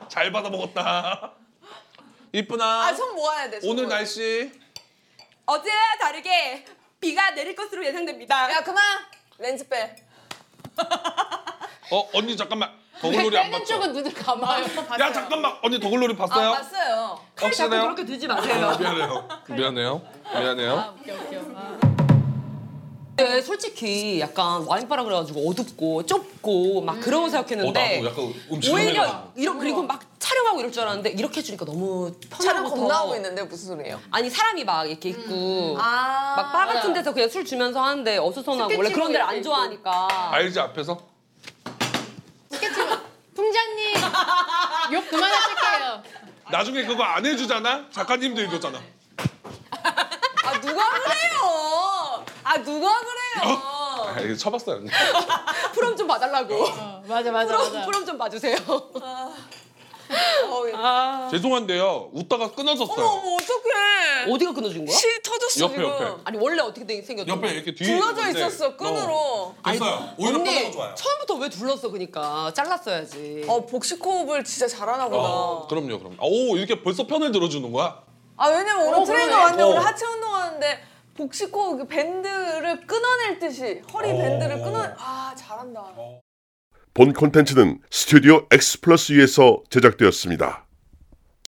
Speaker 2: 잘 받아 먹었다. 이쁘나?
Speaker 3: 아손 모아야 돼. 손
Speaker 2: 오늘
Speaker 3: 모아야 돼.
Speaker 2: 날씨
Speaker 5: 어제와 다르게 비가 내릴 것으로 예상됩니다
Speaker 3: 야 그만 렌즈 빼.
Speaker 2: 어 언니 잠깐만 더글로리 안
Speaker 6: 네, 빼는
Speaker 2: 봤죠?
Speaker 6: 쪽은 눈을 감아요
Speaker 2: 야 잠깐만 언니 더글로리 봤어요?
Speaker 3: 아 봤어요.
Speaker 5: 칼 자꾸
Speaker 2: 혹시나요? 아.
Speaker 5: 그렇게 두지 마세요
Speaker 2: 미안해요. 미안해요. 미안해요.
Speaker 6: 웃겨 웃겨 아.
Speaker 5: 근데 솔직히 약간 와인바라 그래가지고 어둡고 좁고 막 그러고
Speaker 2: 어
Speaker 5: 생각했는데
Speaker 2: 나도 약간
Speaker 5: 오히려
Speaker 2: 음침해가지고.
Speaker 5: 이런 그리고 막 촬영하고 이럴 줄 알았는데 이렇게 해주니까 너무
Speaker 3: 촬영
Speaker 5: 어. 편하고 음.
Speaker 3: 겁나 하고
Speaker 5: 더
Speaker 3: 있는데 무슨 소리예요?
Speaker 5: 아니 사람이 막 이렇게 있고
Speaker 3: 아.
Speaker 5: 막 바 같은 데서 그냥 술 주면서 하는데 어수선하고 원래 그런 데를 안 좋아하니까
Speaker 2: 알지 앞에서
Speaker 6: 풍자님 욕 *laughs* 그만하실게요
Speaker 2: 나중에 그거 안 해주잖아? 작가님도 이거잖아.
Speaker 3: 아 누가 그래요? 아 누가 그래요?
Speaker 2: 아, 이거 쳐봤어요. 언니.
Speaker 5: *laughs* 프롬 좀 봐달라고
Speaker 6: 어. 맞아 어. 맞아 맞아
Speaker 5: 프롬 좀 봐주세요
Speaker 3: 아.
Speaker 2: 죄송한데요. 웃다가 끊어졌어요.
Speaker 3: 어, 예. 어머 어떡해.
Speaker 5: 어디가 끊어진 거야?
Speaker 3: 실 터졌어
Speaker 2: 옆에,
Speaker 3: 지금.
Speaker 2: 옆에.
Speaker 5: 아니 원래 어떻게 되- 생겼던
Speaker 2: 옆에
Speaker 5: 거야?
Speaker 2: 이렇게 뒤에
Speaker 3: 둘러져
Speaker 2: 있는데,
Speaker 3: 있었어 끈으로.
Speaker 2: 어.
Speaker 3: 네. 어.
Speaker 2: 됐어요. 오히려 뻗어도
Speaker 5: 언니
Speaker 2: 좋아요.
Speaker 5: 처음부터 왜 둘렀어 그니까 잘랐어야지
Speaker 3: 복식호흡을 진짜 잘하나 보다.
Speaker 2: 어, 그럼요, 그럼. 오 이렇게 벌써 편을 들어주는 거야?
Speaker 3: 아 왜냐면 오늘
Speaker 6: 어,
Speaker 3: 트레이너
Speaker 6: 그러네.
Speaker 3: 왔는데
Speaker 2: 어.
Speaker 3: 오늘 하체 운동하는데 복식호흡 그 밴드를 끊어낼 듯이 허리
Speaker 2: 어.
Speaker 3: 밴드를 끊어. 아 잘한다.
Speaker 1: 본 콘텐츠는 스튜디오 X 플러스 위에서 제작되었습니다.